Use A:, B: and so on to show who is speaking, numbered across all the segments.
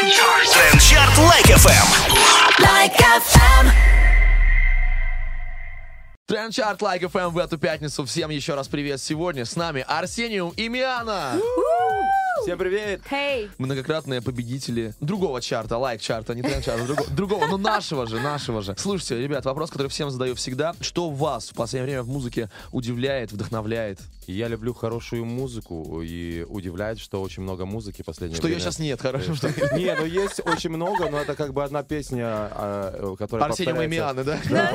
A: Трендчарт Лайк ФМ.
B: Like FM.
C: Трендчарт Лайк ФМ в эту пятницу. Всем еще раз привет. Сегодня с нами Арсениум и Миана.
D: Всем привет!
E: Эй,
C: Многократные победители другого чарта, лайк-чарта, не тренд-чарта, друго- другого, но нашего же, нашего же. Слушайте, ребят, вопрос, который всем задаю всегда. Что вас в последнее время в музыке удивляет, вдохновляет?
D: Я люблю хорошую музыку и удивляет, что очень много музыки в последнее
C: Что ее
D: время. Э,
C: сейчас нет, хорошо, что...
D: Не, ну есть очень много, но это как бы одна песня, а, э, которая
C: Арсениум и
D: повторяется.
C: Мианы, да?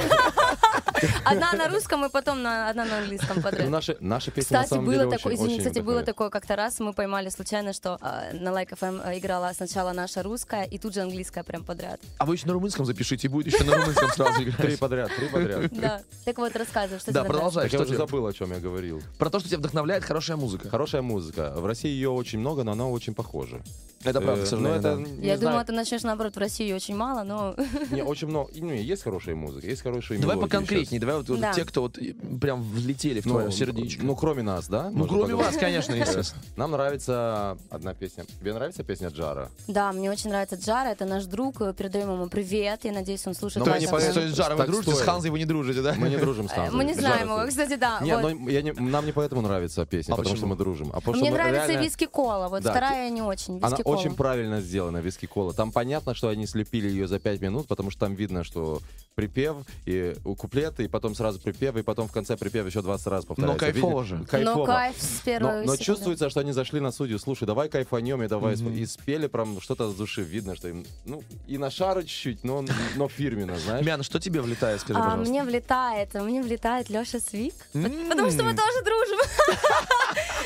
E: одна на русском и потом на, одна на английском
D: Ну,
E: подряд.
D: наши, наши песни на
E: Кстати,
D: самом
E: было
D: деле
E: такое,
D: очень,
E: извини,
D: очень
E: кстати, было
D: вдохновляют.
E: такое как-то раз, мы поймали случайно, что э, на Like FM э, играла сначала наша русская и тут же английская прям подряд.
C: А вы еще на румынском запишите, и будет еще на румынском сразу
D: Три
C: играть.
D: подряд, три подряд.
E: Да. Так вот, рассказывай, что
C: Да,
E: тебя вдохновляет.
C: продолжай.
D: Так я
C: Что
D: уже
C: тебя-
D: забыл, о чем я говорил.
C: Про то, что тебя вдохновляет хорошая музыка.
D: Хорошая музыка. В России ее очень много, но она очень похожа.
C: Это правда,
D: Э,
C: к
D: но
C: сожалению.
D: это,
C: да.
D: не
E: Я
D: знаю,
E: думала, ты начнешь наоборот в России очень мало, но
D: не, очень много. и, ну, есть хорошая музыка, есть хорошие
C: Давай
D: мелодии
C: поконкретнее, давай вот уже
E: Да.
C: те, кто вот и прям влетели в
D: щас. Ну,
C: твое сердечко.
D: Ну, кроме нас, да?
C: Ну,
D: Можно
C: кроме
D: поговорить?
C: вас, конечно, естественно.
D: Нам нравится одна песня. Тебе нравится песня Джара?
E: да, мне очень нравится Джара, это наш друг, э, передаем ему привет, я надеюсь, он
D: Но
E: слушает.
C: То
D: мы
E: Like
D: не
C: есть,
E: FM.
D: поэтому-
C: то есть, Жара, вы
D: Так,
C: дружите, с
D: стой.
C: Ханзой вы не дружите, да?
D: Мы не дружим с
E: Э,
D: Ханзой.
E: Мы не
D: Джара
E: знаем его,
D: слушаем.
E: кстати, да.
D: Не,
E: вот.
D: но я не- нам не поэтому нравится песня,
C: А
D: потому
C: почему?
D: что мы дружим. А потому
E: Мне
D: что мы
E: нравится
D: реально-
E: Виски Кола, вот
D: Да,
E: вторая не очень. Виски
D: Она
E: Кола.
D: очень правильно сделана, виски кола. Там понятно, что они слепили ее за пять минут, потому что там видно, что припев и у куплеты, и потом сразу припев, и потом в конце припев еще 20 раз повторяется.
C: кайфово
D: Видно-
C: же.
D: Кайфово.
E: Но кайф с
D: Но-
E: первого
D: но чувствуется, что они зашли на судью. Слушай, давай кайфанем и давай исп- и спели прям что-то с души. Видно, что им ну и на шару чуть-чуть, но, но фирменно, знаешь.
C: Мяна, что тебе влетает, скажи,
E: А,
C: пожалуйста? М-м-м.
E: мне влетает, мне влетает Леша Свик, пот-
C: М.
E: потому что мы тоже дружим.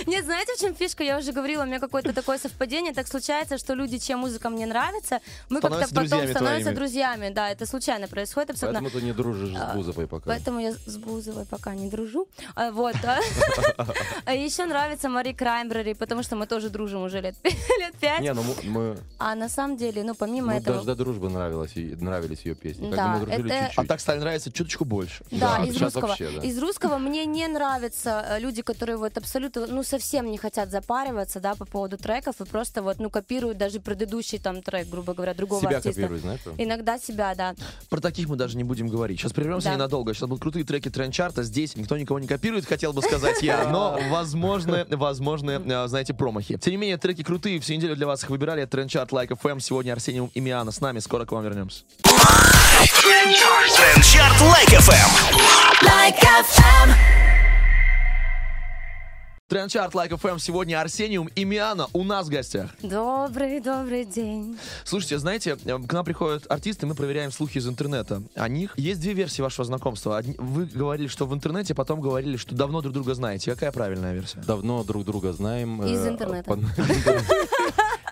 E: Нет, знаете, в чем фишка? Я уже говорила, у меня какое-то такое совпадение. Так случается, что люди, чья музыка мне нравится, мы как-то
C: Становятся
E: потом
C: друзьями
E: становятся
C: твоими.
E: друзьями. Да, это случайно происходит абсолютно.
D: Поэтому ты не дружишь с
E: А,
D: Бузовой пока.
E: Поэтому я с Бузовой пока не дружу. А, вот. а. А еще нравится Мари Краймбрери, потому что мы тоже дружим уже лет, лет пять.
D: Не, ну мы- мы,
E: А на самом деле, ну, помимо
D: мы
E: этого...
D: даже до дружбы нравилось, ей- нравились ее песни. Как
E: Да,
D: бы мы дружили
E: это-
D: чуть-чуть.
C: А так стали нравится чуточку больше.
E: Да,
D: Да,
E: из
D: сейчас
E: русского.
D: вообще, да.
E: Из русского мне не нравятся э, люди, которые вот абсолютно, ну, совсем не хотят запариваться, да, по поводу треков и просто вот, ну, копируют даже предыдущий там трек, грубо говоря, другого
D: А Себя
E: артиста.
D: копируй, знаешь? прям.
E: Иногда себя, да.
C: Про таких мы даже не будем говорить. Сейчас прервемся
E: Да.
C: ненадолго. Сейчас будут крутые треки трендчарта. Здесь никто никого не копирует, хотел бы сказать я. Но возможны, возможны, э, знаете, промахи. Тем не менее, треки крутые. Всю неделю для вас их выбирали. Трендчарт Лайк ФМ. Сегодня Арсениум и Миана с нами. Скоро к вам вернемся.
A: Трендчарт Лайк ФМ.
B: Like FM.
C: Трендчарт Лайк ФМ. Сегодня Арсениум и Миана у нас в гостях.
E: Добрый, добрый день.
C: Слушайте, знаете, э, к нам приходят артисты, мы проверяем слухи из интернета о них. Есть две версии вашего знакомства. Одни- Вы говорили, что в интернете, потом говорили, что давно друг друга знаете. Какая правильная версия?
D: Давно друг друга знаем.
E: Из
D: э,
E: интернета.
D: под-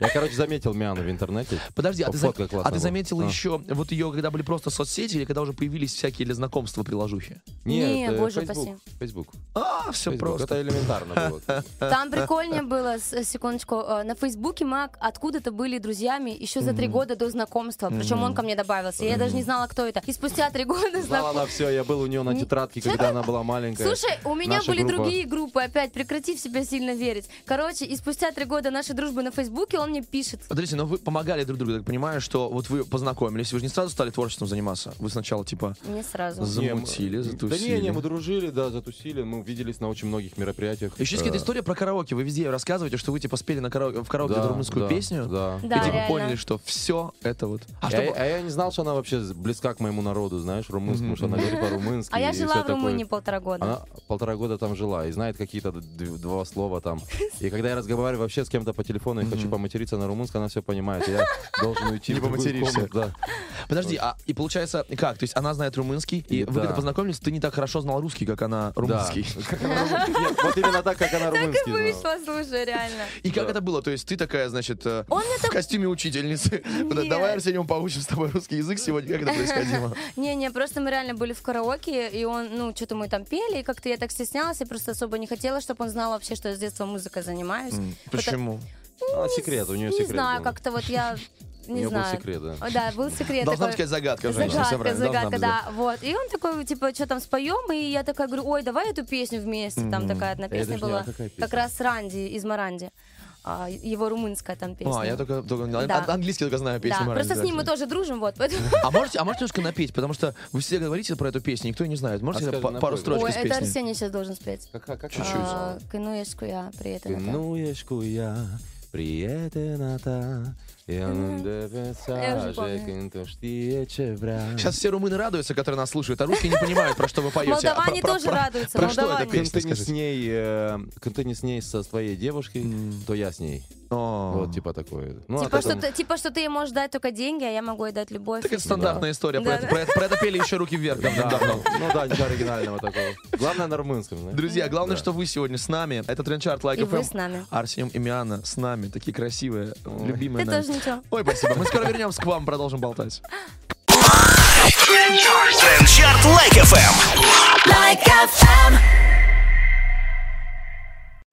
D: Я, короче, заметил Миану в интернете.
C: Подожди, а ты, зам-
D: Фотка
C: а
D: классная
C: ты
D: была.
C: заметила
D: А.
C: еще вот ее, когда были просто соцсети, или когда уже появились всякие для знакомства приложухи?
E: Не,
D: э,
E: боже
D: Facebook,
E: упаси.
D: Facebook.
C: А, все
D: Facebook.
C: просто.
D: Это элементарно было.
E: Там прикольнее было, с- секундочку, э, на Фейсбуке мы ок- откуда-то были друзьями еще за три года до знакомства, причем он ко мне добавился, я даже не знала, кто это. И спустя три года
D: Знала
E: знакомства.
D: она все, я был у нее на тетрадке, когда она была маленькая.
E: Слушай, у меня
D: Наша
E: были
D: группа.
E: другие группы, опять прекрати в себя сильно верить. Короче, и спустя три года нашей дружбы на Фейсбуке он мне пишет.
C: Подождите, но вы помогали друг другу, так понимаю, что вот вы познакомились, вы же не сразу стали творчеством заниматься. Вы сначала типа
E: Не сразу.
C: За-
D: Не, мы-
C: замутили,
D: Да не,
C: затусили.
D: не, мы дружили, да, затусили. Мы виделись на очень многих мероприятиях.
C: Еще есть
D: Э,
C: какая-то история про караоке. Вы везде рассказываете, что вы типа спели на караоке, в караоке
D: да,
C: румынскую
D: да,
C: песню.
D: Да.
E: Да,
C: и типа
E: реально.
C: поняли, что все это вот. А
D: А,
C: что
D: я, а я не знал, что она вообще близка к моему народу, знаешь, румынскому, что она говорит по-румынски.
E: А я
D: и всё
E: жила в
D: такое. А,
E: Румынии полтора года.
D: Она полтора года там жила и знает какие-то д- д- два слова там. И когда я разговариваю вообще с кем-то по телефону и хочу поматериться на румынском, она все понимает. и Я должен уйти
C: Не
D: в другую
C: поматеришься.
D: комнату, да.
C: Подожди, а и получается как? То есть она знает румынский, и
D: И
C: вы когда
D: да.
C: познакомились, ты не так хорошо знал русский, как она румынский.
D: Да. Как она румынский. Нет, Вот именно так, как она
E: Так и
D: румынский знала.
E: вышло, слушай, реально.
C: И как
D: Да.
C: это было? То есть ты такая, значит, э,
E: Он мне
C: в костюме учительницы. Вот, Давай, Арсением, поучим с тобой русский язык сегодня. Как это происходило?
E: Не-не, просто мы реально были в караоке, и он, ну, что-то мы там пели, и как-то я так стеснялась, и просто особо не хотела, чтобы он знал вообще, что я с детства музыкой занимаюсь.
C: Почему?
D: А, секрет, у нее
E: Не
D: секрет.
E: знаю,
D: был.
E: как-то вот я...
D: У
E: Не
D: нее был
E: знаю.
D: секрет, да.
E: О, Да, был секрет.
C: Должна
E: такой.
C: быть какая-то загадка, женщина, всё
E: Загадка,
C: правильно. Должна
E: загадка,
C: быть
E: да. Вот. И он такой, типа, что там споем? И я такая говорю, ой, давай эту песню вместе. Там такая одна
D: даже
E: песня
D: не- а
E: была.
D: какая песня?
E: Как раз Ранди из Маранди. А, а, его румынская там песня.
C: А, я только, только ан-
E: Да.
C: ан- английский только знаю
E: Да,
C: песню. Мэрайи
E: просто с ним мы
C: Джексон.
E: тоже дружим, вот. поэтому-
C: А можете, а можете немножко напеть, потому что вы все говорите про эту песню, никто не знает. Можете
D: А скажи,
C: па- пару
D: напой.
C: строчек
E: Ой,
C: из
E: это
C: песни?
E: Арсений сейчас должен спеть.
D: Как, как, как
E: А, Кынуешку я при этом. это.
D: Кынуешку я, приетената, я
E: уже помню.
C: Сейчас все румыны радуются, которые нас слушают, а русские не понимают, про что вы поете.
E: Молдаване
C: А про- про-
E: тоже
C: про-
E: радуются,
C: Про что эта
E: молдаване.
C: песня,
D: Когда ты не с
C: скажите?
D: ней, э, когда ты не с ней со своей девушкой, то я с ней.
C: О.
D: Вот типа такое. Ну, а
E: Типа что,
D: потом-
E: ты, типа, что ты ей можешь дать только деньги, а я могу ей дать любовь.
C: Так это стандартная история. Про
E: Да,
C: это-
E: да.
C: про это- про это пели еще руки вверх давно.
D: Ну да, ничего оригинального такого. Главное на румынском. знаешь.
C: Друзья, главное, что вы сегодня с нами. Это Тренчарт Лайк
E: И вы
C: FM.
E: с нами.
C: Арсениум и Миана с нами. Такие красивые, любимые
E: Ты
C: нами.
E: тоже ничего.
C: Ой, спасибо. Мы скоро вернемся к вам, продолжим болтать.
A: Трендчарт Лайк FM.
B: like FM,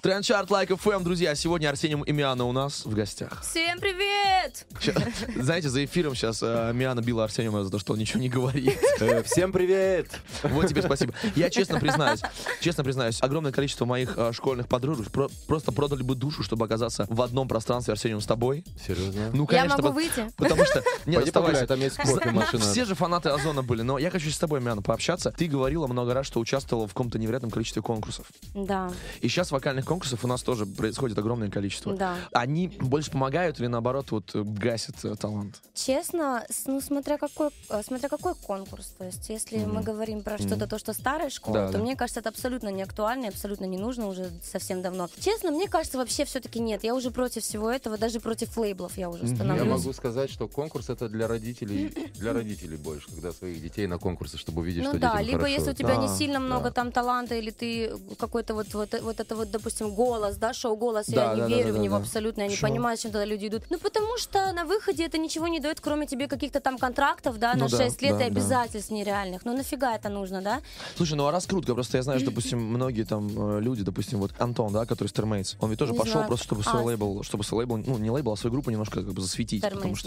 C: Трендчарт Лайк ФМ, друзья, сегодня Арсениум и Миана у нас в гостях.
E: Всем привет!
C: Ща- знаете, за эфиром сейчас э, Миана била Арсениума за то, что он ничего не говорит.
D: Э, Всем привет!
C: Вот тебе спасибо. Я честно признаюсь, честно признаюсь, огромное количество моих э, школьных подружек про- просто продали бы душу, чтобы оказаться в одном пространстве Арсениум с тобой.
D: Серьезно?
C: Ну,
E: Я
C: конечно.
E: могу
C: пот-
E: выйти?
C: Потому что... Нет,
D: Пойди погуляй,
C: оставайся.
D: там есть кофе,
C: Ну,
D: машина.
C: Все же фанаты Озона были, но я хочу с тобой, Миана, пообщаться. Ты говорила много раз, что участвовала в каком-то невероятном количестве конкурсов.
E: Да.
C: И сейчас вокальных конкурсов у нас тоже происходит огромное количество.
E: Да.
C: Они больше помогают или наоборот вот э, гасят э, талант?
E: Честно, с- ну смотря какой, э, смотря какой конкурс. То есть, если мы говорим про что-то, то, что старая школа,
C: Да,
E: то
C: да.
E: мне кажется, это абсолютно не актуально, и абсолютно не нужно уже совсем давно. Честно, мне кажется, вообще все-таки нет. Я уже против всего этого, даже против лейблов я уже
D: Я
E: становлюсь.
D: могу сказать, что конкурс это для родителей, для родителей больше, когда своих детей на конкурсы, чтобы увидеть,
E: Ну
D: что
E: да,
D: детям
E: либо
D: хорошо.
E: если у тебя не
C: Да,
E: сильно много
D: да.
E: там таланта, или ты какой-то вот, вот, вот это вот, допустим, голос, да, шоу-голос,
D: Да,
E: я не
D: да, да,
E: верю
D: да,
E: в него
D: да.
E: абсолютно, я не
C: Почему?
E: понимаю, зачем туда люди идут. Ну потому что на выходе это ничего не дает, кроме тебе каких-то там контрактов, да,
C: Ну
E: на
C: да,
E: 6 лет
C: да,
E: и
C: да.
E: обязательств нереальных. Ну нафига это нужно, да?
C: Слушай, ну а раскрутка, просто я знаю, что, допустим, многие там э, люди, допустим, вот Антон, да, который Стермейтс, он ведь тоже
E: Не
C: пошел
E: знаю.
C: просто, чтобы свой
E: А,
C: лейбл, чтобы свой лейбл, ну не лейбл, а свою группу немножко как бы засветить, потому
E: Стермейтс,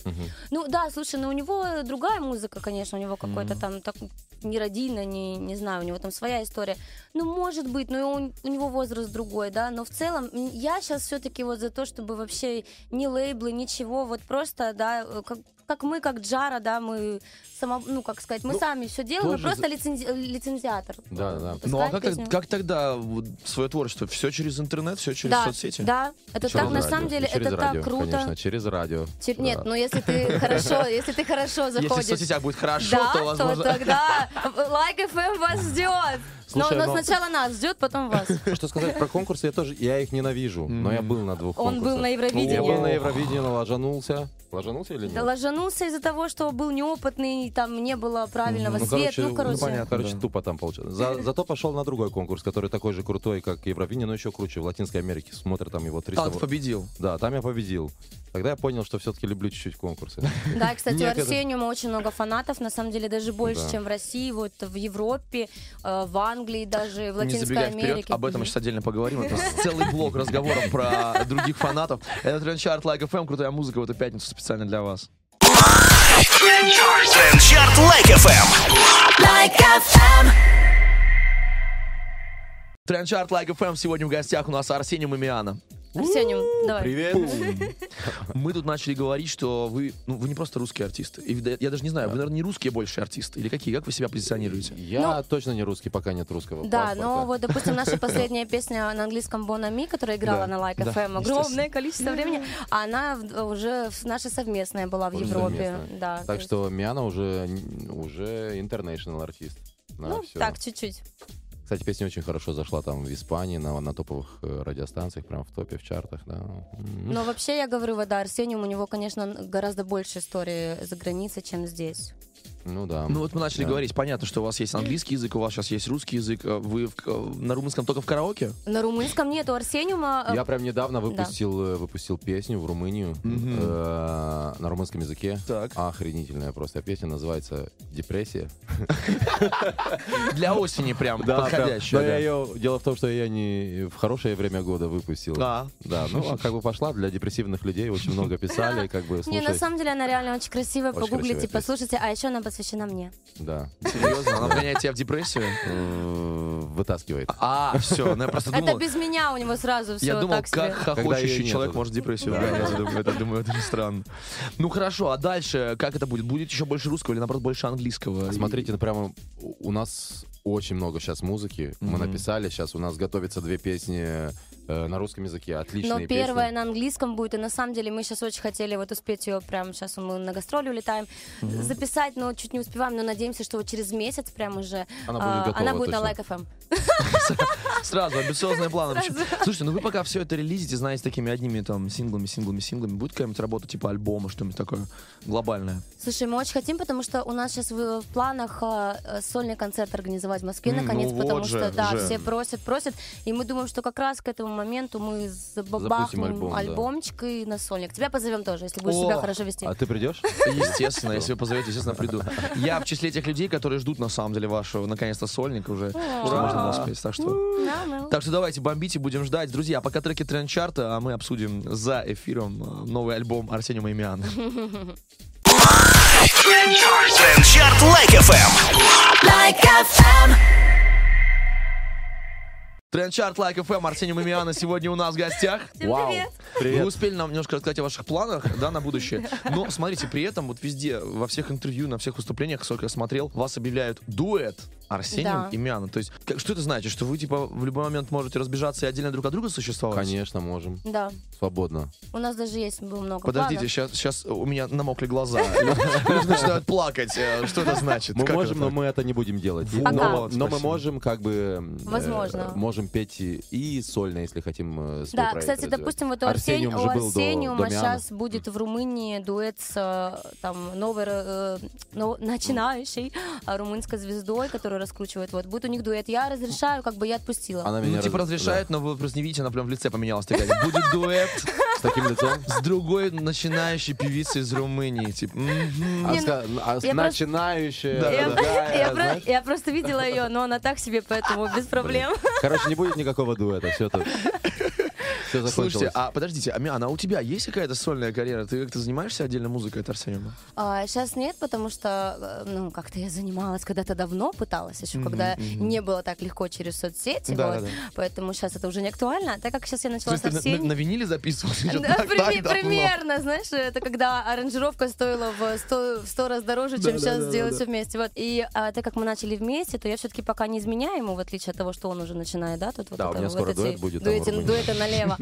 C: что, да.
E: Ну да, слушай, ну у него другая музыка, конечно, у него какой-то там так не родильно, не, не знаю, у него там своя история. Ну, может быть, но он- у него возраст другой, да, но в целом м, я сейчас все-таки вот за то, чтобы вообще ни лейблы, ничего, вот просто, да, э, как, как мы, как Джара, да, мы само, ну, как сказать, мы
D: Ну,
E: сами все делаем, мы
D: тоже
E: просто лицензи- э, лицензиатор.
D: Да,
E: э,
D: да.
E: выпускает
C: Ну а как,
E: песню.
C: как тогда свое творчество? Все через интернет, все через
E: да,
C: соцсети?
E: да, это
D: Через
E: так, на
D: радио,
E: самом деле,
D: через
E: это
D: радио,
E: так круто.
D: Конечно, через радио.
E: Тип-
D: Да.
E: Нет, ну если ты хорошо, если ты хорошо
C: Если в
E: заходишь.
C: соцсетях будет хорошо,
E: Да,
C: то, возможно...
E: тогда лайк FM вас ждет. Но,
C: Слушай,
E: но
C: ну-
E: сначала нас ждет, потом вас.
D: Что сказать про конкурсы, я тоже, я их ненавижу, но я был на двух
E: Он был
D: конкурсах.
E: на
D: Я
E: Евровидении.
D: был на Евровидении, ложанулся. Ложанулся или
E: Да
D: нет?
E: ложанулся из-за того, что был неопытный, там не было правильного
D: Ну,
E: света.
D: короче,
E: Ну, короче.
C: понятно.
D: Короче,
C: да.
D: тупо там получилось. За- зато пошел на другой конкурс, который такой же крутой, как Евровидение, но еще круче. В Латинской Америке смотрят там его 300.
C: Танк победил.
D: Да, там я победил. Тогда я понял, что все-таки люблю чуть-чуть конкурсы.
E: Да, и, кстати, у
D: Некогда.
E: Арсениума очень много фанатов, на самом деле даже больше,
D: Да.
E: чем в России, вот в Европе, э, в Англии, даже в
C: Не
E: Латинской
C: забегай
E: Америке.
C: вперед, об этом
E: Мгм.
C: сейчас отдельно поговорим. Это целый блок разговоров про других фанатов. Это Трендчарт Лайк FM, крутая музыка в эту пятницу специально для вас.
A: Трендчарт Лайк FM.
B: like FM,
C: Трендчарт Лайк FM сегодня в гостях у нас Арсений Мамиана.
E: Арсениум, давай.
D: Привет!
C: Мы тут начали говорить, что вы, ну, вы не просто русские артисты. И да- я даже не знаю, вы, наверное, не русские больше артисты. Или какие? Как вы себя позиционируете?
D: Я точно не русский, пока нет русского
E: Да,
D: паспорта.
E: но вот, допустим, наша последняя песня на английском Бонами, которая играла
C: Да,
E: на Like
C: да,
E: FM
C: естественно.
E: огромное количество времени, она в- уже в- наша совместная была в
D: Уже
E: Европе.
D: совместно.
E: Да, то
D: Так
E: есть-
D: что Миана уже, уже international артист. На
E: Ну,
D: всё.
E: так, чуть-чуть.
D: Кстати, песня очень хорошо зашла там в Испании, на, на топовых э, радиостанциях, прям в топе, в чартах, да. М.
E: Но вообще, я говорю, вот, да, Арсениум, у него, конечно, гораздо больше истории за границей, чем здесь.
D: Ну да.
C: Ну вот мы начали
D: Да.
C: говорить, понятно, что у вас есть английский язык, у вас сейчас есть русский язык. Э, Вы в- э, на румынском только в караоке?
E: На румынском нет, у Арсениума... э,
D: Я прям недавно выпустил, э, выпустил песню в Румынию э, на румынском языке.
C: Так.
D: Охренительная просто песня, называется «Депрессия».
C: Для осени прям
D: подходящая.
C: подходящая.
D: Но
C: да.
D: я ее- Дело в том, что я ее не в хорошее время года выпустил.
C: А.
D: Да, ну а как бы пошла, для депрессивных людей очень много писали, как бы
E: Не, на
D: слушай.
E: самом деле она реально очень красивая.
D: Очень
E: Погуглите,
D: красивая песня.
E: послушайте. А еще она посвящена мне.
D: Да.
C: Серьезно, она вгоняет тебя в депрессию?
D: Э, Вытаскивает.
C: А, все, ну я просто
E: Это
C: думал...
E: без меня у него сразу все
C: Я думал,
E: так себе.
C: как
D: Когда её
C: хохочущий
D: нет,
C: человек
D: вот.
C: может депрессию вгонять. Я думаю, Это, думаю, это странно. Ну хорошо, а дальше как это будет? Будет еще больше русского или, наоборот, больше английского?
D: Смотрите, ну прямо у у нас очень много сейчас музыки. Мы
C: Мгм.
D: написали сейчас, у нас готовятся две песни э, на русском языке. Отличные
E: Но
D: песни.
E: Ну, первая на английском будет, и на самом деле мы сейчас очень хотели вот успеть ее прямо сейчас мы на гастроли улетаем записать, но чуть не успеваем, но надеемся, что вот через месяц прям уже
D: Она
E: а,
D: будет готова
E: она будет на
D: точно.
E: Like FM.
C: Сразу, амбициозные планы. Слушайте, ну вы пока все это релизите, знаете, такими одними там синглами, синглами, синглами. Будет какая-нибудь работа типа альбома, что-нибудь такое глобальное?
E: Слушай, мы очень хотим, потому что у нас сейчас в, в планах а, э, сольный концерт организовать в Москве
C: М, ну
E: наконец,
C: вот
E: потому
C: же,
E: что да,
C: уже.
E: все просят, просят, и мы думаем, что как раз к этому моменту мы
D: Запустим
E: забабахнем
D: альбом, да.
E: альбомчик и на сольник. Тебя позовем тоже, если будешь
C: О,
E: себя хорошо вести.
D: А ты придешь?
C: Естественно, если вы позовете, естественно, приду. Я в числе тех людей, которые ждут, на самом деле, вашего, наконец-то, сольника уже. Что можно было спеть, так что...
E: Да, ну.
C: Так что давайте бомбите, будем ждать. Друзья, пока треки тренд-чарта, а мы обсудим за эфиром э, новый альбом Арсения Маймиана.
A: Трендчарт Лайк ФМ.
B: Like FM,
C: Тренд-чарт Лайк ФМ Арсения Маймиана сегодня у нас в гостях.
D: Вау.
E: привет.
C: Вы
D: Привет.
C: успели нам немножко рассказать о ваших планах, да, на будущее. Но смотрите, при этом вот везде, во всех интервью, на всех выступлениях, сколько я смотрел, вас объявляют дуэт Арсением
E: Да.
C: и Мяна. То есть, как- что это значит? Что вы, типа, в любой момент можете разбежаться и отдельно друг от друга существовать?
D: Ну, Конечно, можем.
E: Да,
D: Свободно.
E: у нас даже есть было много
C: Подождите,
E: планов.
C: сейчас, у меня намокли глаза. Люди начинают плакать. Э, Что это значит?
D: Мы
C: Как
D: можем,
C: это
D: но
C: так?
D: мы это не будем делать.
C: Вот,
E: Пока.
D: Но, но мы
C: спасибо.
D: можем, как бы... м, э,
E: Возможно.
D: можем петь и, и сольно, если хотим э, свой
E: Да,
D: проект
E: кстати,
D: развивать.
E: допустим, вот у
D: Арсениум
E: Арсен- у
D: же был до-
E: Арсениума
D: до Миана.
E: сейчас будет в Румынии дуэт с э, там новой э, но- начинающей э, румынской звездой, которую раскручивает. Вот будет у них дуэт. Я разрешаю, как бы я отпустила.
D: Она меня
C: Ну, типа,
D: раз-
C: разрешают, но вы просто не видите, она прям в лице поменялась. Такая, будет дуэт
D: да, с таким лицом.
C: с другой начинающей певицей из Румынии. Типа, мгм.
D: А
E: Не, ну,
D: ска- а с-
E: я просто-
D: начинающая.
C: Да, да,
E: Я, я
D: другая,
E: про-
D: знаешь.
E: я просто видела ее, но она так себе, поэтому без проблем.
D: Короче, не будет никакого дуэта, все тут. Все
C: Слушайте,
D: закончилось.
C: а подождите, а Миана, а у тебя есть какая-то сольная карьера? Ты как-то занимаешься отдельно музыкой от Арсениума?
E: сейчас А, нет, потому что, э, ну, как-то я занималась когда-то давно, пыталась еще, когда не было так легко через соцсети.
C: Да,
E: вот.
C: да, да.
E: Поэтому сейчас это уже не актуально, А так как сейчас я
C: То
E: начала
C: есть ты на,
E: совсем.
C: на- на виниле записывался?
E: Да, прими-
C: ну,
E: примерно, знаешь, это когда аранжировка стоила в 100, в 100 раз дороже, чем сейчас сделать все вместе. Вот. И а, так как мы начали вместе, то я все-таки пока не изменяю ему, в отличие от того, что он уже начинает, да, тут вот
D: Да, у
E: это,
D: меня
E: вот
D: скоро
E: эти
D: дуэт будет там в
E: дуэти-
D: Румынии.
E: дуэты налево.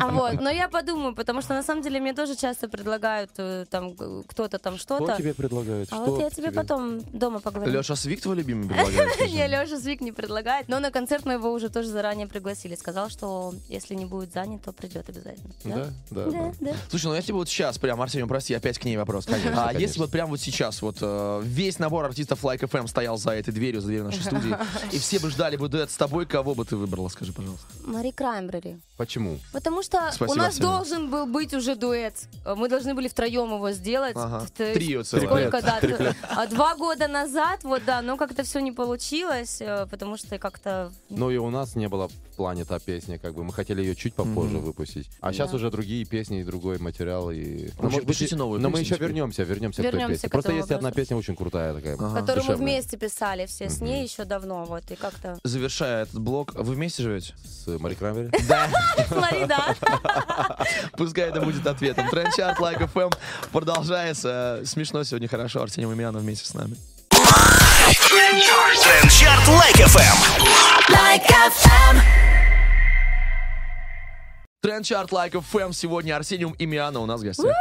E: А вот, но я подумаю, потому что на самом деле мне тоже часто предлагают э, там г- кто-то там
D: Что
E: что-то.
D: тебе предлагают?
E: А
D: Что
E: вот я тебе потом дома поговорю.
C: Леша Свик а твой любимый предлагает? скажи?
E: Не, Леша Звик не предлагает, но на концерт мы его уже тоже заранее пригласили. Сказал, что если не будет занят, то придет обязательно.
D: Да, да,
E: Да,
D: да.
E: да.
C: Слушай, ну если бы вот сейчас прям, Арсениум, прости, опять к ней вопрос.
D: Конечно,
C: а
D: конечно.
C: если вот прям вот сейчас вот э, весь набор артистов Like FM стоял за этой дверью, за дверью нашей студии, и все бы ждали бы дуэт с тобой, кого бы ты выбрала, скажи, пожалуйста.
E: Мари Краймбрери.
D: Почему?
E: Потому что
C: Спасибо,
E: у нас
C: Арсений.
E: должен был быть уже дуэт. Мы должны были втроем его сделать.
C: Ага.
E: Т-
C: Трио целое.
E: Сколько, да? а, Два года назад, вот да, но как-то все не получилось, э, потому что как-то...
D: Ну и у нас не было в плане та песня, как бы мы хотели ее чуть попозже выпустить. А сейчас
E: Да.
D: уже другие песни и другой материал и.
C: Ну, пишите
D: и-
C: новую
D: Но мы
C: песню
D: еще
C: теперь.
D: вернемся, вернемся к той
E: Вернемся
D: песне.
E: к
D: Просто
E: этому
D: есть одна
E: вопросу.
D: песня очень крутая такая.
C: Ага.
E: Которую мы
D: душевная.
E: вместе писали все с ней еще давно, вот, и как-то...
C: Завершая этот блок, вы вместе живете?
D: С Мари Крамери.
C: Да.
E: Флорида!
C: Пускай это будет ответом. Тренд-чарт Like FM продолжается. Смешно сегодня, хорошо. Арсений Мамиана вместе с нами.
A: Трендчарт Лайк ФМ.
B: like FM,
C: Тренд-чарт Like FM сегодня Арсениум и Миана у нас в гостях.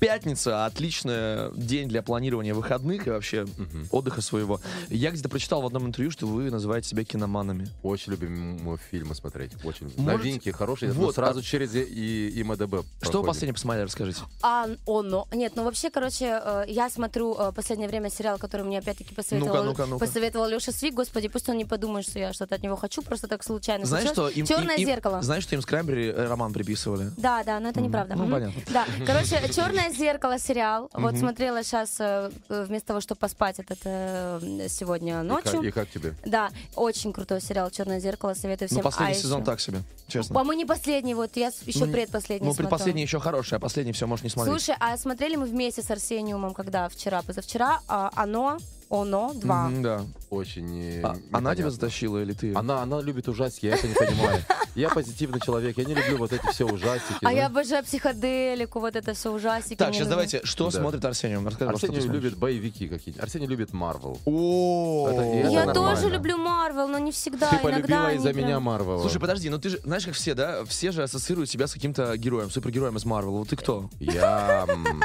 C: Пятница, отличный день для планирования выходных и вообще отдыха своего. Я где-то прочитал в одном интервью, что вы называете себя киноманами.
D: Очень любим мы фильмы смотреть. Очень.
C: Можете-
D: Новинки хорошие. но
C: Вот,
D: сразу
C: а-
D: через и, и МДБ.
C: Что вы последнее посмотрели, расскажите.
E: А, о, но. Нет, ну вообще, короче, э, я смотрю э, последнее время сериал, который мне опять-таки посоветовал,
C: Ну-ка, ну-ка, ну-ка.
E: посоветовал Леша Свик. Господи, пусть он не подумает, что я что-то от него хочу, просто так случайно.
C: Знаешь, что им,
E: Черное
C: им- им-
E: зеркало.
C: знаешь, что им с Краймбери э, роман приписывали?
E: Да, да, но это неправда.
C: Ну,
E: Мгм.
C: понятно.
E: Да, короче, черное «Зеркало» сериал. Вот смотрела сейчас, вместо того, чтобы поспать, этот э, сегодня
D: И как-
E: ночью.
D: И как тебе?
E: Да, очень крутой сериал «Черное зеркало», советую всем.
C: Ну, последний
E: А
C: сезон
E: еще-
C: так себе, честно.
E: А мы не последний, вот я еще
C: не-
E: предпоследний
C: Ну,
E: смотрю.
C: предпоследний еще хороший, а последний все, можешь не смотреть.
E: Слушай, а смотрели мы вместе с Арсениумом, когда вчера, позавчера, а, «Оно», «Оно», «Два».
C: Мгм, да.
D: Очень... э,
C: А- она тебя
D: непонятно.
C: затащила или ты?
D: Она, она любит ужастики, я это не понимаю. Я позитивный человек, я не люблю вот эти все ужастики. ну,
E: А я
D: знаешь.
E: обожаю психоделику, вот это все ужасики.
C: Так,
E: мне
C: сейчас
E: нужны.
C: давайте, что
D: Да.
C: смотрит Арсениум? Расскажи, пожалуйста,
D: Арсений
C: что ты
D: любит
C: смотришь.
D: боевики какие-нибудь. Арсений любит Марвел.
C: О,
D: Это- и это
E: Я
D: нормально.
E: тоже люблю Марвел, но не всегда.
D: Ты
E: иногда
D: полюбила
E: они
D: из-за
E: прям-
D: меня Марвела.
C: Слушай, подожди, ну ты же, знаешь, как все, да? Все же ассоциируют себя с каким-то героем, супергероем из Марвела. Вот ты кто?
D: Я... м,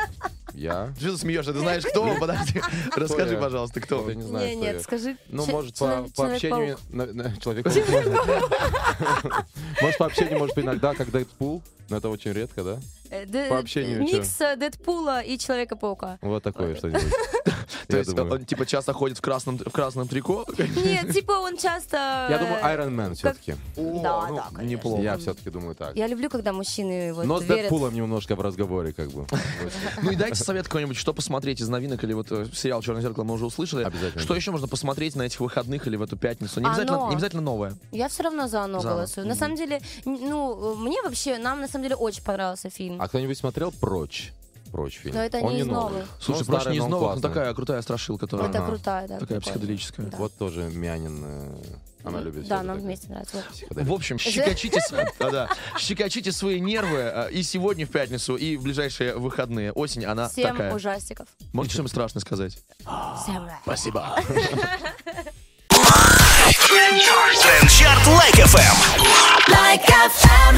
D: Я...
C: Ты Что ты смеешься? Ты знаешь, кто? он? Подожди. Расскажи,
D: я?
C: пожалуйста, кто?
D: Я
C: он?
D: не знаю,
E: Не,
D: кто я.
E: нет, скажи.
D: Ну,
E: че-
D: может, по,
E: человек-
D: по
E: Человек-паук.
D: общению... человек Может, по общению, может, иногда, как Дэдпул. Но это очень редко, да?
E: Э, Дэ-
D: по общению
E: Микс э, Дэдпула и Человека-паука.
D: Вот такое что-нибудь.
C: То
D: Я
C: есть
D: думаю.
C: он типа часто ходит в красном, в красном трико?
E: Нет, типа он часто...
D: Я думаю,
E: э,
D: Iron Man все-таки.
C: О,
E: Да,
C: ну,
E: да, конечно.
C: неплохо.
D: Я все-таки думаю так.
E: Я люблю, когда мужчины вот
D: Но с
E: верят.
D: Дэдпулом немножко в разговоре, как бы.
C: Ну и дайте совет какой-нибудь, что посмотреть из новинок или вот э, сериал «Черное зеркало» мы уже услышали.
D: Обязательно.
C: Что еще можно посмотреть на этих выходных или в эту пятницу? Не
E: Оно.
C: обязательно, не обязательно новое.
D: Ну,
E: Я все равно за оно
C: За оно.
E: голосую. На самом деле, н- ну, э, мне вообще, нам на самом деле очень понравился фильм.
D: А кто-нибудь смотрел «Прочь»? Прочь фильм.
E: Но это
D: Он
E: не из
D: новый.
E: новых.
D: Он
C: Слушай,
D: старый,
C: просто не
D: но
C: из
D: он
C: новых, но
D: классный.
C: такая крутая страшилка тоже.
E: Это
D: ага.
E: крутая, да.
C: Такая
E: прикольная.
C: психоделическая.
E: Да.
D: Вот тоже Мянин. э, Она любит
E: Да,
D: всё
E: нам
D: это.
E: вместе нравится. Вот.
C: В общем, щекочите, с- да, да. щекочите свои нервы э, и сегодня в пятницу, и в ближайшие выходные. Осень, она
D: А,
E: Всем
C: такая.
E: ужастиков.
C: Можете что-нибудь страшное сказать?
E: Всем ужастиков.
C: Спасибо.
A: Трендчарт Лайк ФМ.
B: Like FM.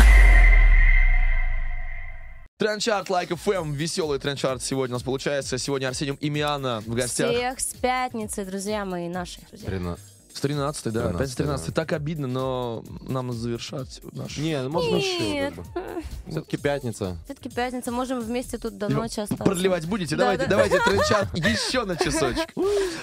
C: Трендчарт, лайк ФМ, веселый трендчарт сегодня у нас получается. Сегодня Арсением Имиана в гостях.
E: Всех с пятницы, друзья мои, наши друзья.
D: Трина-
C: С 13 да,
D: 13-й,
C: опять с 13
D: да.
C: Так обидно, но нам завершать наш...
D: Не, ну, можно еще.
E: Нет.
D: Все-таки пятница.
E: Все-таки пятница, можем вместе тут до ночи остаться.
C: Продлевать будете?
E: Ну, Да,
C: давайте,
E: да.
C: давайте, трендчарт еще на часочек.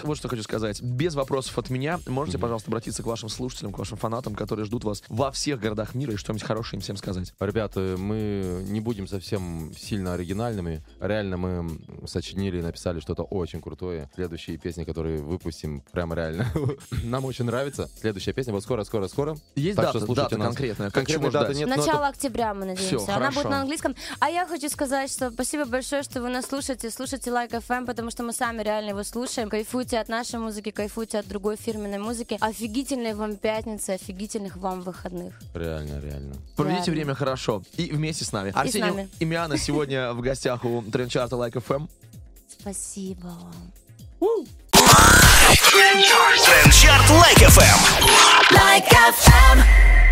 C: Вот что хочу сказать. Без вопросов от меня можете, пожалуйста, обратиться к вашим слушателям, к вашим фанатам, которые ждут вас во всех городах мира и что-нибудь хорошее им всем сказать.
D: Ребята, мы не будем совсем сильно оригинальными. Реально мы м, сочинили и написали что-то очень крутое. Следующие песни, которые выпустим, прям реально. Нам очень нравится. Следующая песня вот скоро-скоро-скоро.
C: Есть
D: Так
C: дата,
D: что слушайте
C: дата
D: нас.
C: конкретная? Как
D: Конкретной
C: чего
D: даты
C: ждать?
D: нет, но это
E: Начало октября, мы надеемся.
C: Всё,
E: Она
C: хорошо.
E: будет на английском. А я хочу сказать, что спасибо большое, что вы нас слушаете. Слушайте Like FM, потому что мы сами реально его слушаем. Кайфуйте от нашей музыки, кайфуйте от другой фирменной музыки. Офигительной вам пятницы, офигительных вам выходных.
D: Реально, реально.
C: Проведите
E: Реально.
C: время хорошо и вместе с нами. Арсений
E: нами.
C: Имиана сегодня в гостях у трендчарта Лайк Эм. ФМ.
E: Спасибо вам.
A: Трендчарт Лайк ФМ.
B: Like FM.